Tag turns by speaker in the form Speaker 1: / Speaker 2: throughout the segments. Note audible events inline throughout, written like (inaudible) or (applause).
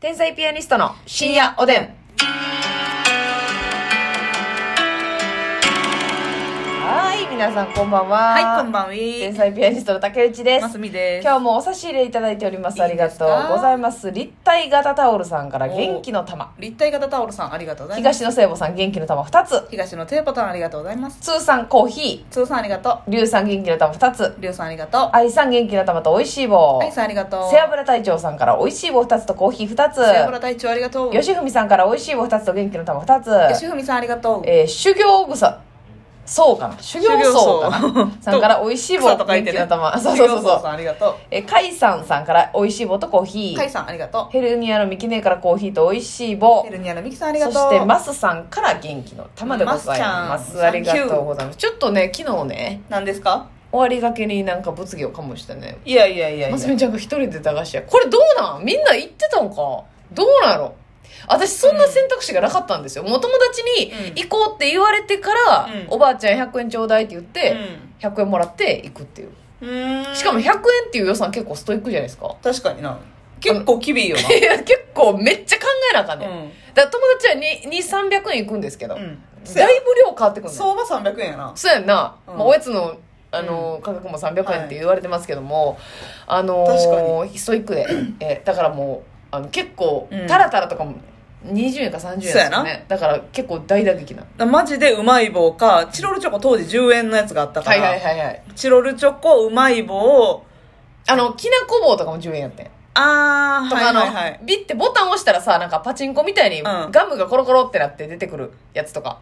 Speaker 1: 天才ピアニストの深夜おでん。はい、皆さんこんばんは。
Speaker 2: はい、こんばんは。
Speaker 1: 天才ピアニストの竹内です。
Speaker 2: ますみです。
Speaker 1: 今日もお差し入れいただいております。ありがとう
Speaker 2: いいですか
Speaker 1: ございます。立体型タオルさんから元気の玉。
Speaker 2: 立体型タオルさん、ありがとうございます。
Speaker 1: 東野聖母さん元気の玉2つ。
Speaker 2: 東のテーパターン、ありがとうございます。
Speaker 1: 通さんコーヒ
Speaker 2: つーさん、ありがと
Speaker 1: ー。龍さん元気の玉2つ
Speaker 2: う。。りょうさん、ありがと
Speaker 1: 愛さん元気の玉と美味しい棒
Speaker 2: う。。はい、さん、ありがとう。
Speaker 1: 背脂隊長さんから美味しい棒2つとコーヒー2つ。
Speaker 2: 背脂隊長、ありがとう。
Speaker 1: 吉文さんから美味しい棒2つと元気の玉2つ。
Speaker 2: よしふみさん、ありがとう。
Speaker 1: えー、修行草そうかな修行僧か
Speaker 2: 修行
Speaker 1: な (laughs)
Speaker 2: 僧
Speaker 1: さんから美味しい棒
Speaker 2: 草と書い
Speaker 1: 元
Speaker 2: て
Speaker 1: 気
Speaker 2: ね
Speaker 1: の玉、 (laughs) そうそうそう
Speaker 2: りょさ
Speaker 1: そ
Speaker 2: ん、
Speaker 1: う
Speaker 2: ありがと
Speaker 1: えー、カイさんさんから美味しい棒とコーヒ
Speaker 2: う。かい
Speaker 1: ー
Speaker 2: さん、ありがと
Speaker 1: ヘルニアのミキネからコーヒーと美味しい棒
Speaker 2: う。ヘルニアのみきさん、ありが
Speaker 1: そ
Speaker 2: とう。
Speaker 1: してマスさんから元気の玉でございま
Speaker 2: マスち
Speaker 1: す
Speaker 2: ゃん
Speaker 1: ありがとうございますちょっとね昨日ね
Speaker 2: 何ですか
Speaker 1: 終わりがけになんか物議を醸してね
Speaker 2: いやいやいやいや。
Speaker 1: ますみちゃんが一人で駄菓子屋これどうなんみんな行ってたんかどうなんやろ私そんな選択肢がなかったんですよ、もう友達
Speaker 2: うん
Speaker 1: に行こうって言われてから、
Speaker 2: うん
Speaker 1: おばあちゃん100円ちょうだいって言って、
Speaker 2: う。
Speaker 1: 100円もらって行くっていうん
Speaker 2: うーん。
Speaker 1: しかも、100円っていう予算結構ストイックじゃないですか
Speaker 2: 確かにな。結構厳いよ
Speaker 1: いや (laughs) 結構めっちゃ考えなあかん
Speaker 2: な。
Speaker 1: ね、、
Speaker 2: うんん。
Speaker 1: だから友達は2300円行くんですけど、
Speaker 2: うん。
Speaker 1: だいぶ量変わってくる
Speaker 2: 相場300円やな。
Speaker 1: そうやんな、
Speaker 2: うん
Speaker 1: まあ、おやつのあの、価格も300円って言われてますけども、あの
Speaker 2: 確
Speaker 1: ー、ストイックでえだからもうあの結構、
Speaker 2: うん
Speaker 1: タラタラとかも20円か30円です
Speaker 2: そうや
Speaker 1: よ
Speaker 2: な
Speaker 1: ねだから結構大打撃な
Speaker 2: マジでうまい棒か、チロルチョコ当時10円のやつがあったか
Speaker 1: はい
Speaker 2: ら。
Speaker 1: はいはいはい
Speaker 2: チロルチョコうまい棒
Speaker 1: あのきなこ棒とかも10円やってん
Speaker 2: あー
Speaker 1: とかあの、
Speaker 2: はいはいはい
Speaker 1: ビッてボタン押したらさなんかパチンコみたいに
Speaker 2: うん
Speaker 1: ガムがコロコロってなって出てくるやつとか、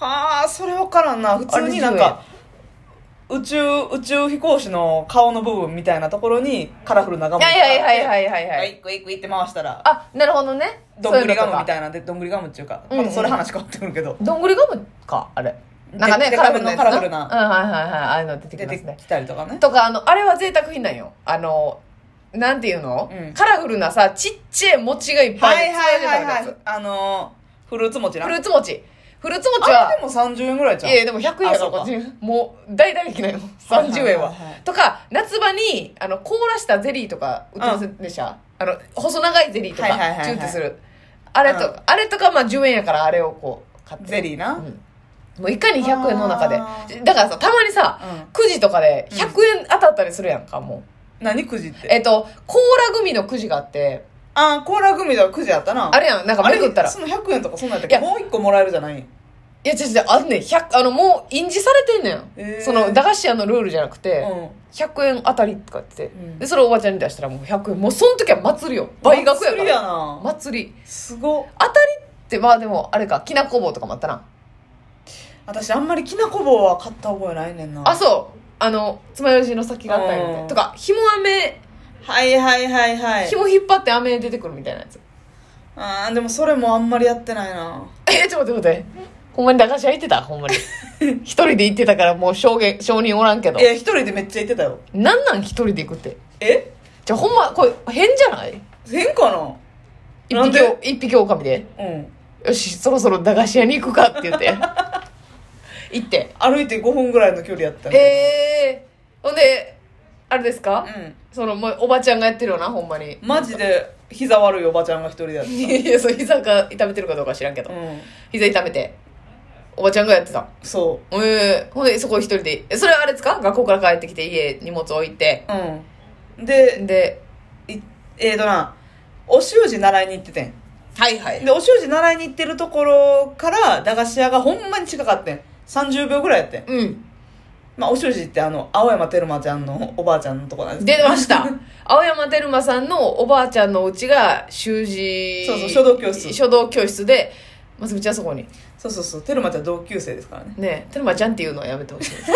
Speaker 2: はあそれ分からんな普通になんか宇宙宇宙飛行士の顔の部分みたいなところにカラフルなガム
Speaker 1: いやいやいやいやいやいやいや
Speaker 2: グイグイグイって回したら
Speaker 1: あなるほどね
Speaker 2: どんぐりガムみ
Speaker 1: い
Speaker 2: たいなんでどんぐりガムっていうか
Speaker 1: うんうん
Speaker 2: またそれ話変わってくるけど
Speaker 1: どんぐりガムかあれなんかね
Speaker 2: で
Speaker 1: カラフルなやつ
Speaker 2: でかめのカラフルな
Speaker 1: うんはいはいはいああいうの出てき
Speaker 2: 出
Speaker 1: ま
Speaker 2: て
Speaker 1: すね
Speaker 2: きたりとかね
Speaker 1: とかあのあれは贅沢品なんよあのなんていうの、
Speaker 2: うん
Speaker 1: カラフルなさちっちゃい餅がいっぱ
Speaker 2: はいいはい
Speaker 1: 詰め
Speaker 2: は
Speaker 1: て
Speaker 2: い
Speaker 1: たやつ、
Speaker 2: はいあのーフルーツ餅な
Speaker 1: フルーツ餅フルーツ餅
Speaker 2: あれ
Speaker 1: は
Speaker 2: でも30円ぐらいじゃん
Speaker 1: いやでも100円やから
Speaker 2: あそう
Speaker 1: もう大打撃なんよ30円は,、
Speaker 2: はいはいはい
Speaker 1: とか夏場にあの凍らしたゼリーとか売ってませんでした、あの細長いゼリーとか
Speaker 2: はいはいはいはい
Speaker 1: チュンってするあれとか、あれとかまあ10円やからあれをこう買って
Speaker 2: ゼリーな
Speaker 1: うん、もういかに100円の中で
Speaker 2: あー
Speaker 1: だからさたまにさ、
Speaker 2: うん
Speaker 1: くじとかで100円当たったりするやんかもう
Speaker 2: 何くじって
Speaker 1: えっと、コーラ組のくじがあって、
Speaker 2: あーコーラ組ではくじやったな
Speaker 1: あれやん、なんかめくったら。
Speaker 2: その100円とかそんなんやったっ
Speaker 1: い
Speaker 2: け
Speaker 1: や
Speaker 2: もう1個もらえるじゃない
Speaker 1: いや、違う違う、あんねん、100、あの、もう、印字されてんねん。
Speaker 2: えー
Speaker 1: その、駄菓子屋のルールじゃなくて、
Speaker 2: うん
Speaker 1: 100円当たりとかって、
Speaker 2: うん
Speaker 1: で、それをおばちゃんに出したらもう100円。もう、その時は祭りよ。倍額やから。
Speaker 2: 祭りやな
Speaker 1: 祭り。
Speaker 2: すご
Speaker 1: 当たりって、まあでも、あれか、きなこ棒とかもあったな。
Speaker 2: 私あんまりきなこ棒は買った覚えないねんな
Speaker 1: あ、そう。あの、爪楊枝の先があったりみたい
Speaker 2: うん
Speaker 1: な。とか、紐飴、
Speaker 2: はいはいはいはい
Speaker 1: 紐引っ張って飴出てくるみたいなやつ。 (laughs)
Speaker 2: あーでもそれもあんまりやってないな
Speaker 1: え、ちょっと待って待って。ほんまに駄菓子屋行ってたほん
Speaker 2: (laughs)
Speaker 1: まに。一人で行ってたからもう証言、証人おらんけど。
Speaker 2: え一人でめっちゃ行ってたよ
Speaker 1: なんなん一人で行くって。
Speaker 2: え
Speaker 1: じゃあほんま、これ変じゃない
Speaker 2: 変か
Speaker 1: 一
Speaker 2: なん
Speaker 1: 匹
Speaker 2: で
Speaker 1: お、一匹狼で。
Speaker 2: なうん
Speaker 1: よし、そろそろ駄菓子屋に行くかって言
Speaker 2: (laughs)
Speaker 1: って。行って。
Speaker 2: 歩いて5分ぐらいの距離やったえ
Speaker 1: えー。ほんで、あれですか、その、もうおばちゃんがやってるよな、ほんまに
Speaker 2: う。んマジで膝悪いおばちゃんが一人でやっ
Speaker 1: (laughs)
Speaker 2: て
Speaker 1: いや、そう、膝が痛めてるかどうか知らんけど。
Speaker 2: たうん
Speaker 1: 膝痛めて。おばちゃんがやってた。
Speaker 2: そ
Speaker 1: ええほんで、そこ一人で。えそれはあれですか学校から帰ってきて家荷物置いて。
Speaker 2: ううんで
Speaker 1: で、
Speaker 2: いえーとなお習字習いに行っててん
Speaker 1: はいはい。
Speaker 2: でお習字習いに行ってるところから駄菓子屋がほんまに近かってん30秒ぐらいやってん
Speaker 1: うん。
Speaker 2: まあ、お習字ってあの、青山テルマちゃんのおばあちゃんのとこなんですけど
Speaker 1: 出ま
Speaker 2: (laughs)
Speaker 1: した。青山テルマさんのおばあちゃんのお家が習字。
Speaker 2: そうそう書道教室
Speaker 1: 書道教室で、ますみちゃんそこに。
Speaker 2: そうそうそう、テルマちゃん同級生ですからね。
Speaker 1: ねえテルマちゃんっていうのはやめてほしい (laughs) です。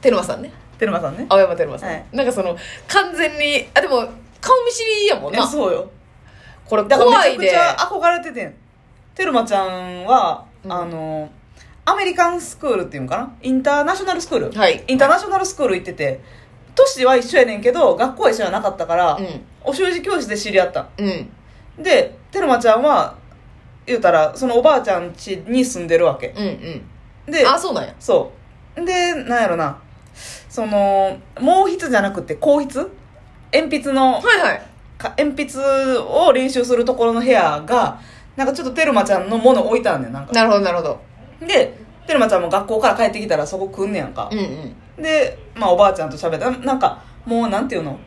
Speaker 1: テルマさんね。
Speaker 2: テルマさんね。
Speaker 1: 青山テルマさん。
Speaker 2: はい
Speaker 1: なんかその、完全に、あ、でも、顔見知りやもん
Speaker 2: え
Speaker 1: な。
Speaker 2: そうよ。
Speaker 1: これ
Speaker 2: だから
Speaker 1: 怖
Speaker 2: めち
Speaker 1: い
Speaker 2: ゃく
Speaker 1: で
Speaker 2: ち。ゃ憧れててん。テルマちゃんは、
Speaker 1: うん
Speaker 2: あの、アメリカンスクールっていうんかなインターナショナルスクール、
Speaker 1: はい
Speaker 2: インターナショナルスクール行ってて、都市は一緒やねんけど、学校は一緒じゃなかったから、
Speaker 1: うん
Speaker 2: お習字教室で知り合った。
Speaker 1: うん。
Speaker 2: で、テルマちゃんは、言うたら、そのおばあちゃん家に住んでるわけ。
Speaker 1: うんうん。
Speaker 2: で、
Speaker 1: あ、そうなんや。
Speaker 2: そう。で、なんやろな。その、毛筆じゃなくて、硬筆鉛筆
Speaker 1: は
Speaker 2: の
Speaker 1: いはい。
Speaker 2: か鉛筆を練習するところの部屋がなんかちょっとテルマちゃんのもの置いたんねんなんか
Speaker 1: なるほどなるほど
Speaker 2: でテルマちゃんも学校から帰ってきたらそこ来んねやんか
Speaker 1: うんうん
Speaker 2: で、まあ、おばあちゃんと喋ったななんかもうなんていうの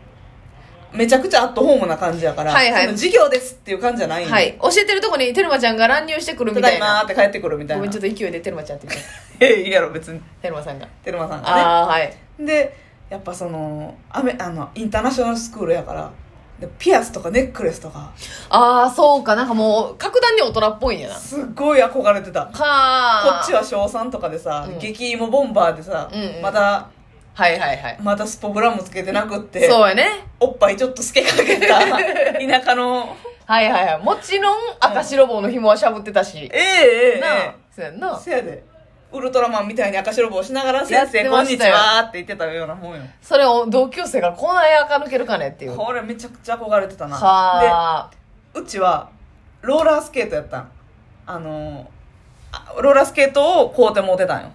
Speaker 2: めちゃくちゃアットホームな感じやから、
Speaker 1: はいはい
Speaker 2: その授業ですっていう感じじゃないんよ
Speaker 1: はい教えてるとこにテルマちゃんが乱入してくる
Speaker 2: た
Speaker 1: みた
Speaker 2: だい
Speaker 1: い
Speaker 2: まー
Speaker 1: な
Speaker 2: って帰ってくるみたい
Speaker 1: ごめん
Speaker 2: な
Speaker 1: ちょっと勢いでテルマちゃんって言っちゃっ
Speaker 2: ええ (laughs) いいやろ別に
Speaker 1: たテルマさんが
Speaker 2: テルマさんがね
Speaker 1: ああはい
Speaker 2: でやっぱそのアメあのインターナショナルスクールやからでピアスとかネックレスとか
Speaker 1: ああそうかなんかもう格段に大人っぽいんやなは
Speaker 2: すっごい憧れてたこ
Speaker 1: あ
Speaker 2: っちは小3とかでさ、
Speaker 1: うん
Speaker 2: 激芋ボンバーでさ、
Speaker 1: うんうん
Speaker 2: まだ
Speaker 1: はいはいはい
Speaker 2: まだスポブラもつけてなくって
Speaker 1: そうやね
Speaker 2: おっぱいちょっと透けかけ
Speaker 1: (laughs)
Speaker 2: た田舎の
Speaker 1: はいはいはいもちろん赤白帽の紐はしゃぶってたし、
Speaker 2: ええええ
Speaker 1: なあ
Speaker 2: え
Speaker 1: そうやん
Speaker 2: え
Speaker 1: な
Speaker 2: せやでウルトラマンみたいに赤白帽しながら
Speaker 1: や
Speaker 2: 先
Speaker 1: って
Speaker 2: 生こ
Speaker 1: ま
Speaker 2: んに
Speaker 1: し
Speaker 2: ち
Speaker 1: たよ
Speaker 2: はって言ってたようなもんよ
Speaker 1: それを同級生がこない垢抜けるかねっていう
Speaker 2: これめちゃくちゃ憧れてたなで
Speaker 1: はあ
Speaker 2: うちはローラースケートやったんあのーあローラースケートを買うてもうてたんよ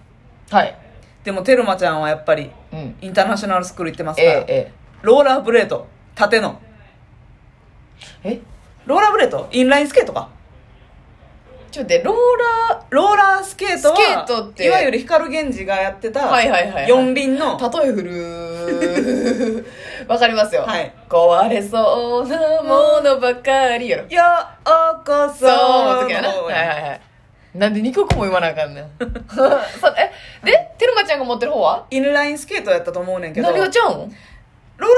Speaker 1: はい
Speaker 2: でもテルマちゃんはやっぱり
Speaker 1: うん
Speaker 2: インターナショナルスクール行ってます
Speaker 1: え
Speaker 2: から、
Speaker 1: ええ
Speaker 2: ローラーブレード縦の
Speaker 1: ええ
Speaker 2: ローラーブレードインラインスケートか
Speaker 1: ちょっと待ってロ
Speaker 2: ローラースケート
Speaker 1: ス
Speaker 2: は
Speaker 1: ケートって
Speaker 2: いわゆる光源氏がやってた
Speaker 1: はいはいはいはい
Speaker 2: 四輪の、
Speaker 1: ーラー例え振るわかりますよ、
Speaker 2: はい
Speaker 1: 壊れそうなものばかりやろ
Speaker 2: ようこそ
Speaker 1: そうの時やなはいはいはいなんで2曲も言わなあかんね (laughs) んそうえでテルマちゃんが持ってる方は
Speaker 2: インラインスケートやったと思うねんけどロ
Speaker 1: 何
Speaker 2: ーラ
Speaker 1: が
Speaker 2: ー
Speaker 1: ちゃうん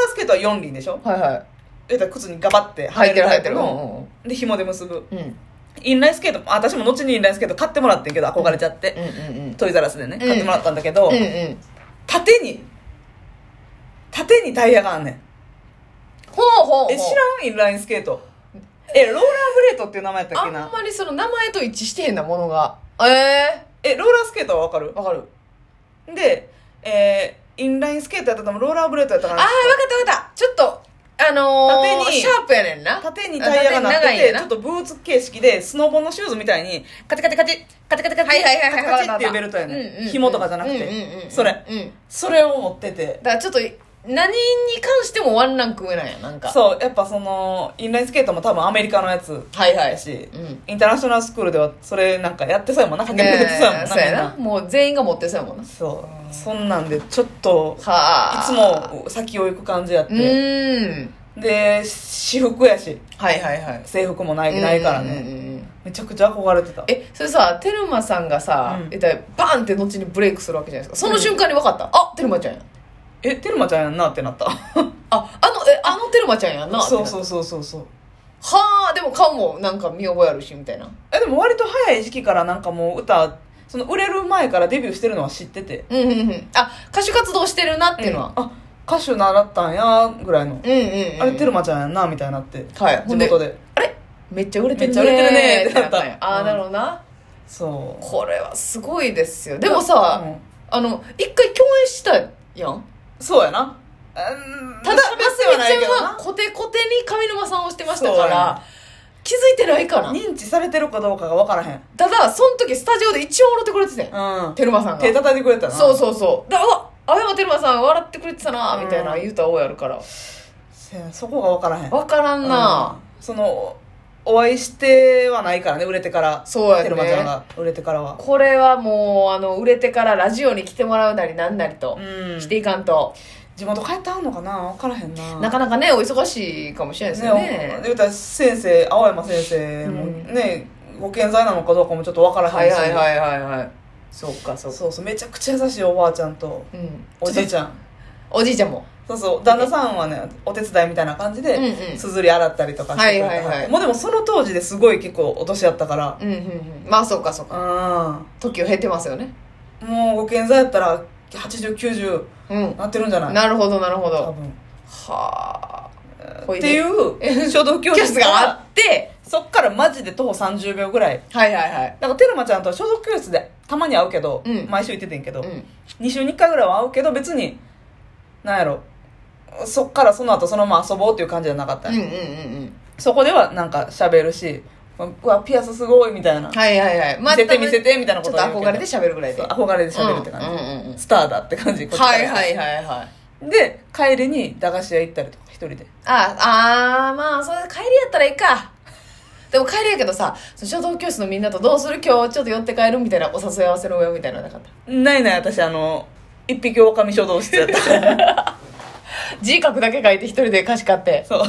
Speaker 2: スケートは四輪でしょ
Speaker 1: はいはい
Speaker 2: えっと靴にガバって
Speaker 1: 入ってる入
Speaker 2: タイ
Speaker 1: って
Speaker 2: プ
Speaker 1: るう
Speaker 2: の
Speaker 1: ん
Speaker 2: で紐で結ぶ
Speaker 1: うんうん
Speaker 2: インラインスケートも私も後にインラインスケート買ってもらってんけど憧れちゃって、
Speaker 1: うんうん
Speaker 2: トイザラスでね
Speaker 1: うん
Speaker 2: 買ってもらったんだけど、
Speaker 1: うんうん
Speaker 2: 縦に縦にタイヤがあんねん
Speaker 1: ほうほうほう
Speaker 2: え知らんインラインスケートえローラーブレードっていう名前やったっ
Speaker 1: あ
Speaker 2: け
Speaker 1: ん
Speaker 2: な
Speaker 1: まりその名前と一致してへんなものがえ
Speaker 2: えローラースケートはわかる
Speaker 1: えわかる
Speaker 2: でえーインラインスケートやったともローラーブレードやったか
Speaker 1: ああ
Speaker 2: ら
Speaker 1: わかったわかったちょっとあのー、
Speaker 2: 縦に
Speaker 1: シャープやねんな
Speaker 2: 縦にタイヤがなっ
Speaker 1: あ縦
Speaker 2: て
Speaker 1: に長い
Speaker 2: て
Speaker 1: んや
Speaker 2: ちょ
Speaker 1: な
Speaker 2: っとブーツ形式でスノボのシューズみたいにカチカチカチカチカチカチ
Speaker 1: はいはいはいは
Speaker 2: カ
Speaker 1: い
Speaker 2: チ
Speaker 1: わか
Speaker 2: カ
Speaker 1: っ
Speaker 2: チ
Speaker 1: た
Speaker 2: っていうベルトや
Speaker 1: うんうんう
Speaker 2: ね
Speaker 1: ん
Speaker 2: ん紐とかじゃなく
Speaker 1: うんうんう
Speaker 2: て
Speaker 1: ん
Speaker 2: それ
Speaker 1: うん
Speaker 2: それを持ってて
Speaker 1: だからちょっと何に関してもワンランク上なんやなんか
Speaker 2: そうやっぱそのインラインスケートも多分アメリカのやつ
Speaker 1: はいはい
Speaker 2: やし、
Speaker 1: うん
Speaker 2: インターナショナルスクールではそれなんかやってそうやもんなかけ
Speaker 1: ね
Speaker 2: て
Speaker 1: え
Speaker 2: そうやもんな
Speaker 1: (laughs) そうや
Speaker 2: み
Speaker 1: なんもう全員が持ってそうやもんなは
Speaker 2: そうそんなんでちょっとい
Speaker 1: あ
Speaker 2: つも先を行く感じやっ
Speaker 1: う
Speaker 2: て
Speaker 1: ーん
Speaker 2: で私服やし
Speaker 1: はいはいはい
Speaker 2: 制服もないないから
Speaker 1: うん
Speaker 2: ね
Speaker 1: うんうん
Speaker 2: めちゃくちゃ憧れてた
Speaker 1: えそれさテルマさんがさ、
Speaker 2: うん
Speaker 1: 言ったらバーンって後にブレイクするわけじゃないですかその瞬間に分かった、あテルマちゃんや
Speaker 2: えテルマちゃんやんなってなった
Speaker 1: ああのえあのテルマちゃんやんなってな
Speaker 2: (laughs) そうそうそうそうそう
Speaker 1: はあでも顔もなんか見覚えあるしみたいな
Speaker 2: えでも割と早い時期からなんかもう歌その売れる前からデビューしてるのは知ってて
Speaker 1: うんうんうんあ歌手活動してるなっていうのは、
Speaker 2: あ歌手習ったんやぐらい
Speaker 1: う
Speaker 2: の
Speaker 1: ん、うんうん、
Speaker 2: あれテ
Speaker 1: ル
Speaker 2: ルマちゃんやんなみたいになって
Speaker 1: はい
Speaker 2: 地元
Speaker 1: で
Speaker 2: で
Speaker 1: あれめっちゃ売れてるね
Speaker 2: めっちゃ売れてるね
Speaker 1: ーってなったんや
Speaker 2: ってなった
Speaker 1: ああなるほどな、
Speaker 2: そう
Speaker 1: これはすごいですよでもさ、
Speaker 2: うん
Speaker 1: あの一回共演したやん
Speaker 2: そうやな
Speaker 1: ただますみちゃんはコテコテに上沼さんをしてましたか
Speaker 2: そうや
Speaker 1: ら
Speaker 2: ね
Speaker 1: 気づいてないかな
Speaker 2: 認知されてるかどうかが分からへん
Speaker 1: ただその時スタジオで一応笑ってくれてて、
Speaker 2: うん
Speaker 1: テルマさんが
Speaker 2: 手叩いてくれたな
Speaker 1: そう
Speaker 2: う
Speaker 1: そうそうだあ青山テルマさん笑ってくれてたな
Speaker 2: うん
Speaker 1: みたいな言うたらおうやるから
Speaker 2: そこが分からへん
Speaker 1: 分からんな、
Speaker 2: うんそのお会いしてはないからね売れてから
Speaker 1: そうやね
Speaker 2: テルマちゃんが売れてからは
Speaker 1: これはもうあの売れてからラジオに来てもらうなりなんなりと、
Speaker 2: うん
Speaker 1: していかんと
Speaker 2: 地元帰ってはんのかな分からへんな
Speaker 1: なかなかねお忙しいかもしれないですよね
Speaker 2: ね言うたら先生青山先生も
Speaker 1: うん
Speaker 2: ね、ご健在なのかどうかもちょっと分から
Speaker 1: は
Speaker 2: へ
Speaker 1: い
Speaker 2: んし
Speaker 1: はいはいはいはいそうかそうか
Speaker 2: そうそうめちゃくちゃ優しいおばあちゃんと
Speaker 1: うん
Speaker 2: おじい
Speaker 1: ちょっ
Speaker 2: ちゃん
Speaker 1: とおじいちゃんも
Speaker 2: そうそう旦那さんはねお手伝いみたいな感じで、
Speaker 1: うんうん
Speaker 2: すずり洗ったりとかしてくれた
Speaker 1: はいはいはい
Speaker 2: もうでもその当時ですごい結構お年やったから
Speaker 1: うんうんうんまあそうかそうか
Speaker 2: う
Speaker 1: 時を経てますよね
Speaker 2: んもうご健在やったら8090
Speaker 1: うん
Speaker 2: なってるんじゃない
Speaker 1: なるほどなるほ
Speaker 2: 多
Speaker 1: ど
Speaker 2: 分
Speaker 1: はあ
Speaker 2: っ
Speaker 1: って
Speaker 2: いう書道教
Speaker 1: (laughs) 教
Speaker 2: 室
Speaker 1: 室が
Speaker 2: が
Speaker 1: あ
Speaker 2: あっ
Speaker 1: って
Speaker 2: そっからマジで徒歩30秒ぐらい
Speaker 1: はいはいはい
Speaker 2: なんかテルマちゃんとは書道教室でたまに会うけど、
Speaker 1: うん
Speaker 2: 毎週行っててんけど、
Speaker 1: うん
Speaker 2: 2週に1回ぐらいは会うけど別になんやろそっからその後そのまま遊ぼうっていう感じじゃなかった、
Speaker 1: うんうんうん
Speaker 2: そこではなんか喋るしうわピアスすごいみたいな、
Speaker 1: うんはいはいはいま
Speaker 2: 見せて見せてみたいな
Speaker 1: ちょっ
Speaker 2: こと
Speaker 1: と
Speaker 2: は言う
Speaker 1: 憧れ
Speaker 2: けど
Speaker 1: て喋るぐらいで
Speaker 2: そう憧れで喋るって感じ、
Speaker 1: うんうんうんうん
Speaker 2: スターだって感じこっちか
Speaker 1: は
Speaker 2: ら
Speaker 1: いはいはいはい
Speaker 2: で帰りに駄菓子屋行ったりとか一人で
Speaker 1: ああーまあそれ帰りやったらいいかでも帰りやけどさその書道教室のみんなとどうする今日ちょっと寄って帰るみたいなお誘い合わせの上みたいなのなかった
Speaker 2: ないない私あの一匹狼書道室やった
Speaker 1: (laughs) 字書くだけ書いて一人で歌詞買って
Speaker 2: そう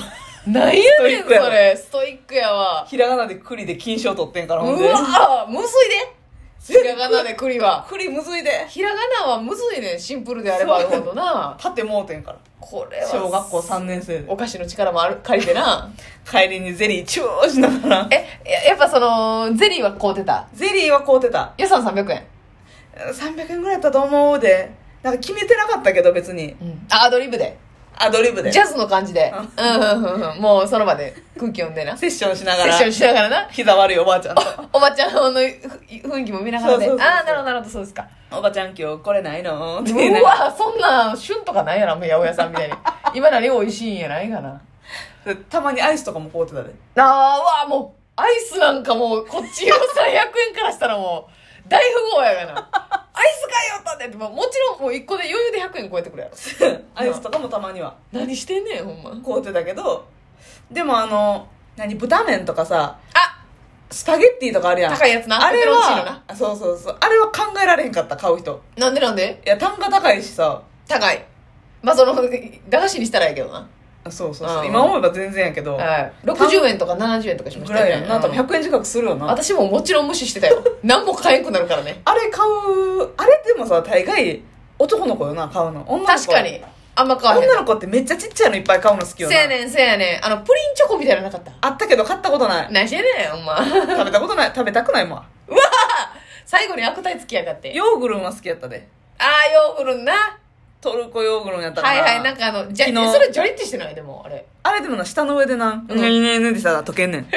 Speaker 1: なんやねん
Speaker 2: ストイッ
Speaker 1: そ
Speaker 2: クやろ
Speaker 1: れストイックやわ
Speaker 2: ひらがなで栗で金賞取ってんから
Speaker 1: う
Speaker 2: ほんで
Speaker 1: わむずいでひらがなで栗は
Speaker 2: 栗むずいで
Speaker 1: ひらがなはむずいねんシンプルであればあるほどな
Speaker 2: 縦もうてんから
Speaker 1: これは
Speaker 2: 小学校3年生で
Speaker 1: お菓子の力もある借りてな
Speaker 2: 帰りにゼリーチューしながら
Speaker 1: (laughs) えややっぱそのゼリーは買うてた
Speaker 2: ゼリーは買うてた
Speaker 1: 予算300円、
Speaker 2: 300円ぐらいやったと思うでなんか決めてなかったけど別に
Speaker 1: あアドリブで
Speaker 2: アドリブで
Speaker 1: ジャズの感じで、うんうんうんうん、もうその場で空気読んでなセ
Speaker 2: セッションしなが
Speaker 1: ッ
Speaker 2: ら
Speaker 1: ションしながらな
Speaker 2: 膝悪いおばあちゃんと
Speaker 1: おばちゃんのふ雰囲気も見ながらで
Speaker 2: そうそうそうそう
Speaker 1: ああなるほどなるほどそうですか
Speaker 2: 「おばちゃん今日これないの?」って
Speaker 1: う
Speaker 2: 言いながら
Speaker 1: わそんなん旬とかないやなもう八百屋さんみたいに今何美味しいんやないかな
Speaker 2: でたまにアイスとかも買うてたで
Speaker 1: あーうわもうアイスなんかもうこっち予算100円からしたらもう (laughs) 大富豪やがなアイス買いよったでってもうもちろんもう1個で余裕で100円超えてくるやろ
Speaker 2: アイスとかもたまには
Speaker 1: (laughs) 何してんねんほんま
Speaker 2: 買うてたけどでもあの何豚麺とかさ
Speaker 1: あ
Speaker 2: スパゲッティとかあるやん
Speaker 1: 高いやつな
Speaker 2: あれ
Speaker 1: ペペロンチーノな
Speaker 2: はあそうそうそうあれは考えられへんかった買う人
Speaker 1: なんでなんで
Speaker 2: いや単価高いしさ
Speaker 1: 高いまあその駄菓子にしたらやけどな、
Speaker 2: そうそう
Speaker 1: う
Speaker 2: そ
Speaker 1: ん
Speaker 2: う今思えば全然やけど
Speaker 1: はい、60円とか70円とかしまし
Speaker 2: ぐ
Speaker 1: た
Speaker 2: らい
Speaker 1: よ
Speaker 2: や
Speaker 1: ね
Speaker 2: んな多
Speaker 1: うん
Speaker 2: 分100円近くするよな
Speaker 1: 私ももちろん無視してたよ何も買えんくなるからね
Speaker 2: あれ買う、あれでもさ、大概男の子よな、買うの。女の子。
Speaker 1: 確か。にあんま買わへん
Speaker 2: 女の子ってめっちゃちっちゃいのいっぱい買うの好きよ
Speaker 1: せ
Speaker 2: な。
Speaker 1: やねんせやねんあのプリンチョコみたいなのなかった
Speaker 2: あったけど買ったことない。
Speaker 1: 何してんねんほんま
Speaker 2: 食べたことない。食べたくないもん。
Speaker 1: 最後に悪態つきやがって
Speaker 2: ヨーグルンは好きやったで。
Speaker 1: ああヨーグルンな
Speaker 2: トルコヨーグルンやったか
Speaker 1: は
Speaker 2: ら。
Speaker 1: いはいなんかあのじゃ
Speaker 2: 昨日
Speaker 1: それジョリッてしてないでもあれ
Speaker 2: あれでもな、下の上でな、う
Speaker 1: うん
Speaker 2: ねうねうねってさ、溶けんねん。